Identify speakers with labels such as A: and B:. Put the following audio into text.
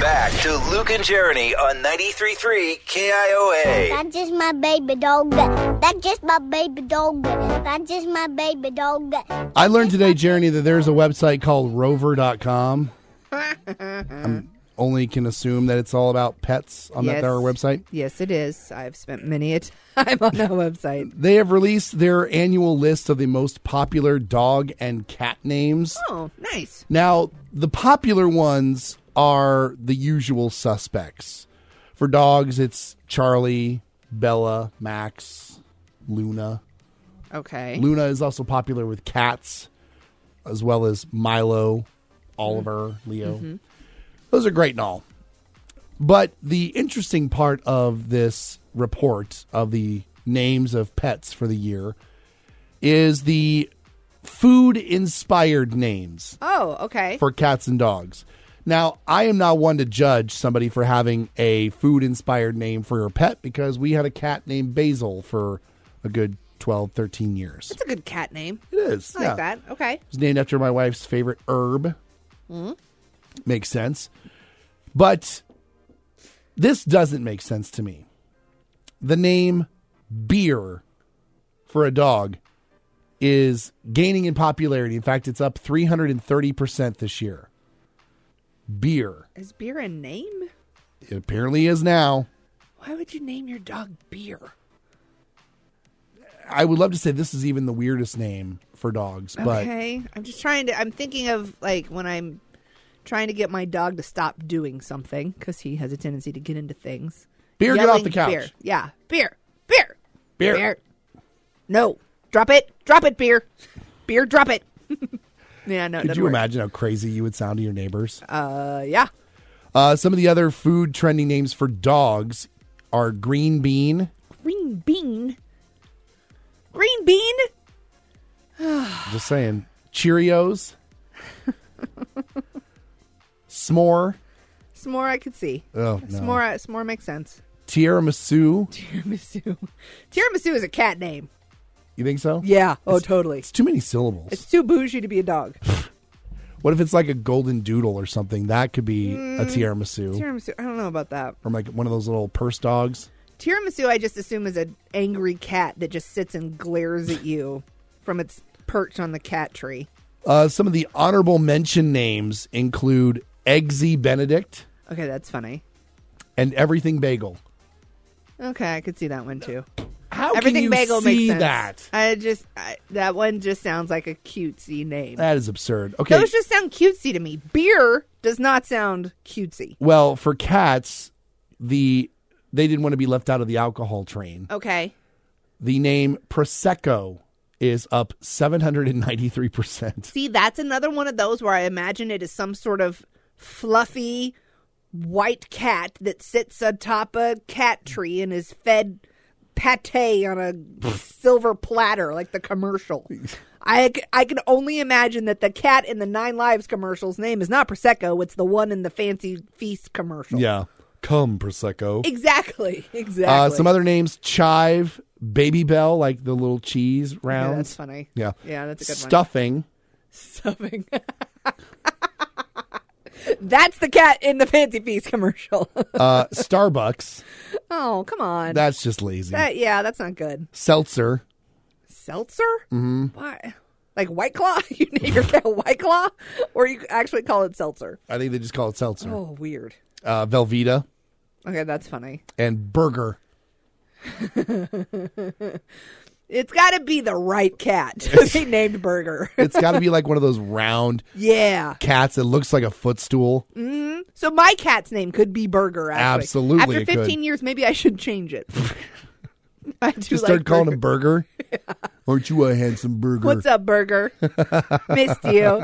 A: back to Luke and Jeremy on 93.3 KIOA.
B: That's just my baby dog. That's just my baby dog. That's just my baby dog.
C: I learned today, Jeremy, that there's a website called rover.com. I only can assume that it's all about pets on that
D: Yes.
C: their website.
D: Yes, it is. I've spent many a time on that website.
C: They have released their annual list of the most popular dog and cat names.
D: Oh, nice.
C: Now, the popular ones are the usual suspects. For dogs, it's Charlie, Bella, Max, Luna.
D: Okay.
C: Luna is also popular with cats, as well as Milo, Oliver, Leo. Those are great and all. But the interesting part of this report of the names of pets for the year is the food inspired names
D: Oh, okay.
C: for cats and dogs. Now, I am not one to judge somebody for having a food inspired name for your pet because we had a cat named Basil for a good 12, 13 years.
D: That's a good cat name.
C: It is.
D: I
C: yeah.
D: like that. Okay.
C: It's named after my wife's favorite herb.
D: Mm-hmm.
C: Makes sense. But this doesn't make sense to me. The name beer for a dog is gaining in popularity. In fact, it's up 330% this year. Beer.
D: Is beer a name?
C: It apparently is now.
D: Why would you name your dog beer?
C: I would love to say this is even the weirdest name for dogs, but
D: okay. I'm just trying to. I'm thinking of like when I'm trying to get my dog to stop doing something because he has a tendency to get into things.
C: Beer, get off the
D: Yelling
C: couch.
D: Beer. Yeah. Beer. Beer.
C: Beer.
D: No. Drop it. Drop it. Beer. Beer. Drop it. yeah. No. it
C: could
D: doesn't
C: you
D: work.
C: imagine how crazy you would sound to your neighbors?
D: Uh, yeah.
C: Uh, some of the other food trending names for dogs are green bean.
D: Green bean. Green bean.
C: Just saying. Cheerios. S'more.
D: S'more. I could see.
C: Oh, no.
D: S'more. uh, S'more makes sense.
C: Tiramisu.
D: Tiramisu. Tiramisu is a cat name.
C: You think so?
D: Yeah. Oh, totally.
C: It's too many syllables.
D: It's too bougie to be a dog.
C: what if it's like a golden doodle or something? That could be
D: Mm,
C: a tiramisu.
D: Tiramisu. I don't know about that.
C: From like one of those little purse dogs.
D: Tiramisu, I just assume is an angry cat that just sits and glares at you from its perch on the cat tree.
C: Uh, some of the honorable mention names include Eggsy Benedict
D: Okay, that's funny.
C: and Everything Bagel.
D: Okay, I could see that one too.
C: How can
D: Everything
C: you
D: bagel
C: see
D: makes sense.
C: that?
D: I just I, that one just sounds like a cutesy name.
C: That is absurd. Okay.
D: Those just sound cutesy to me. Beer does not sound cutesy.
C: Well, for cats, the they didn't want to be left out of the alcohol train.
D: Okay,
C: The name Prosecco is up 793%.
D: see that's another one of those where I imagine it is some sort of fluffy white cat that sits atop a cat tree and is fed pate on a silver platter like the commercial. I, c- I can only imagine that the cat in the Nine Lives commercial's name is not Prosecco, it's the one in the Fancy Feast commercial.
C: Yeah. Come Prosecco.
D: Exactly. Exactly.
C: Uh, some other names chive, baby bell like the little cheese
D: yeah,
C: rounds.
D: that's funny.
C: Yeah.
D: Yeah, that's a good one.
C: Stuffing.
D: Stuffing. that's the cat in the Fancy Feast commercial.
C: Uh, Starbucks.
D: oh, come on.
C: That's just lazy.
D: That- yeah, that's not good.
C: Seltzer.
D: Seltzer? Mm-hmm. Why? Like White Claw? You name your cat White Claw? Or you actually call it Seltzer?
C: I think they just call it seltzer.
D: Oh, weird.
C: Uh, Velveeta
D: Okay, that's funny.
C: and burger.
D: It's got to be the right cat to be named Burger.
C: It's got to be like one of those round
D: yeah.
C: cats that looks like a footstool.
D: So my cat's name could be Burger. Actually.
C: Absolutely,
D: After
C: it could.
D: 15 years, maybe I should change it. I do
C: Just
D: like
C: start calling him
D: Burger.
C: Burger. Aren't you a handsome burger?
D: What's up, Burger? Missed you.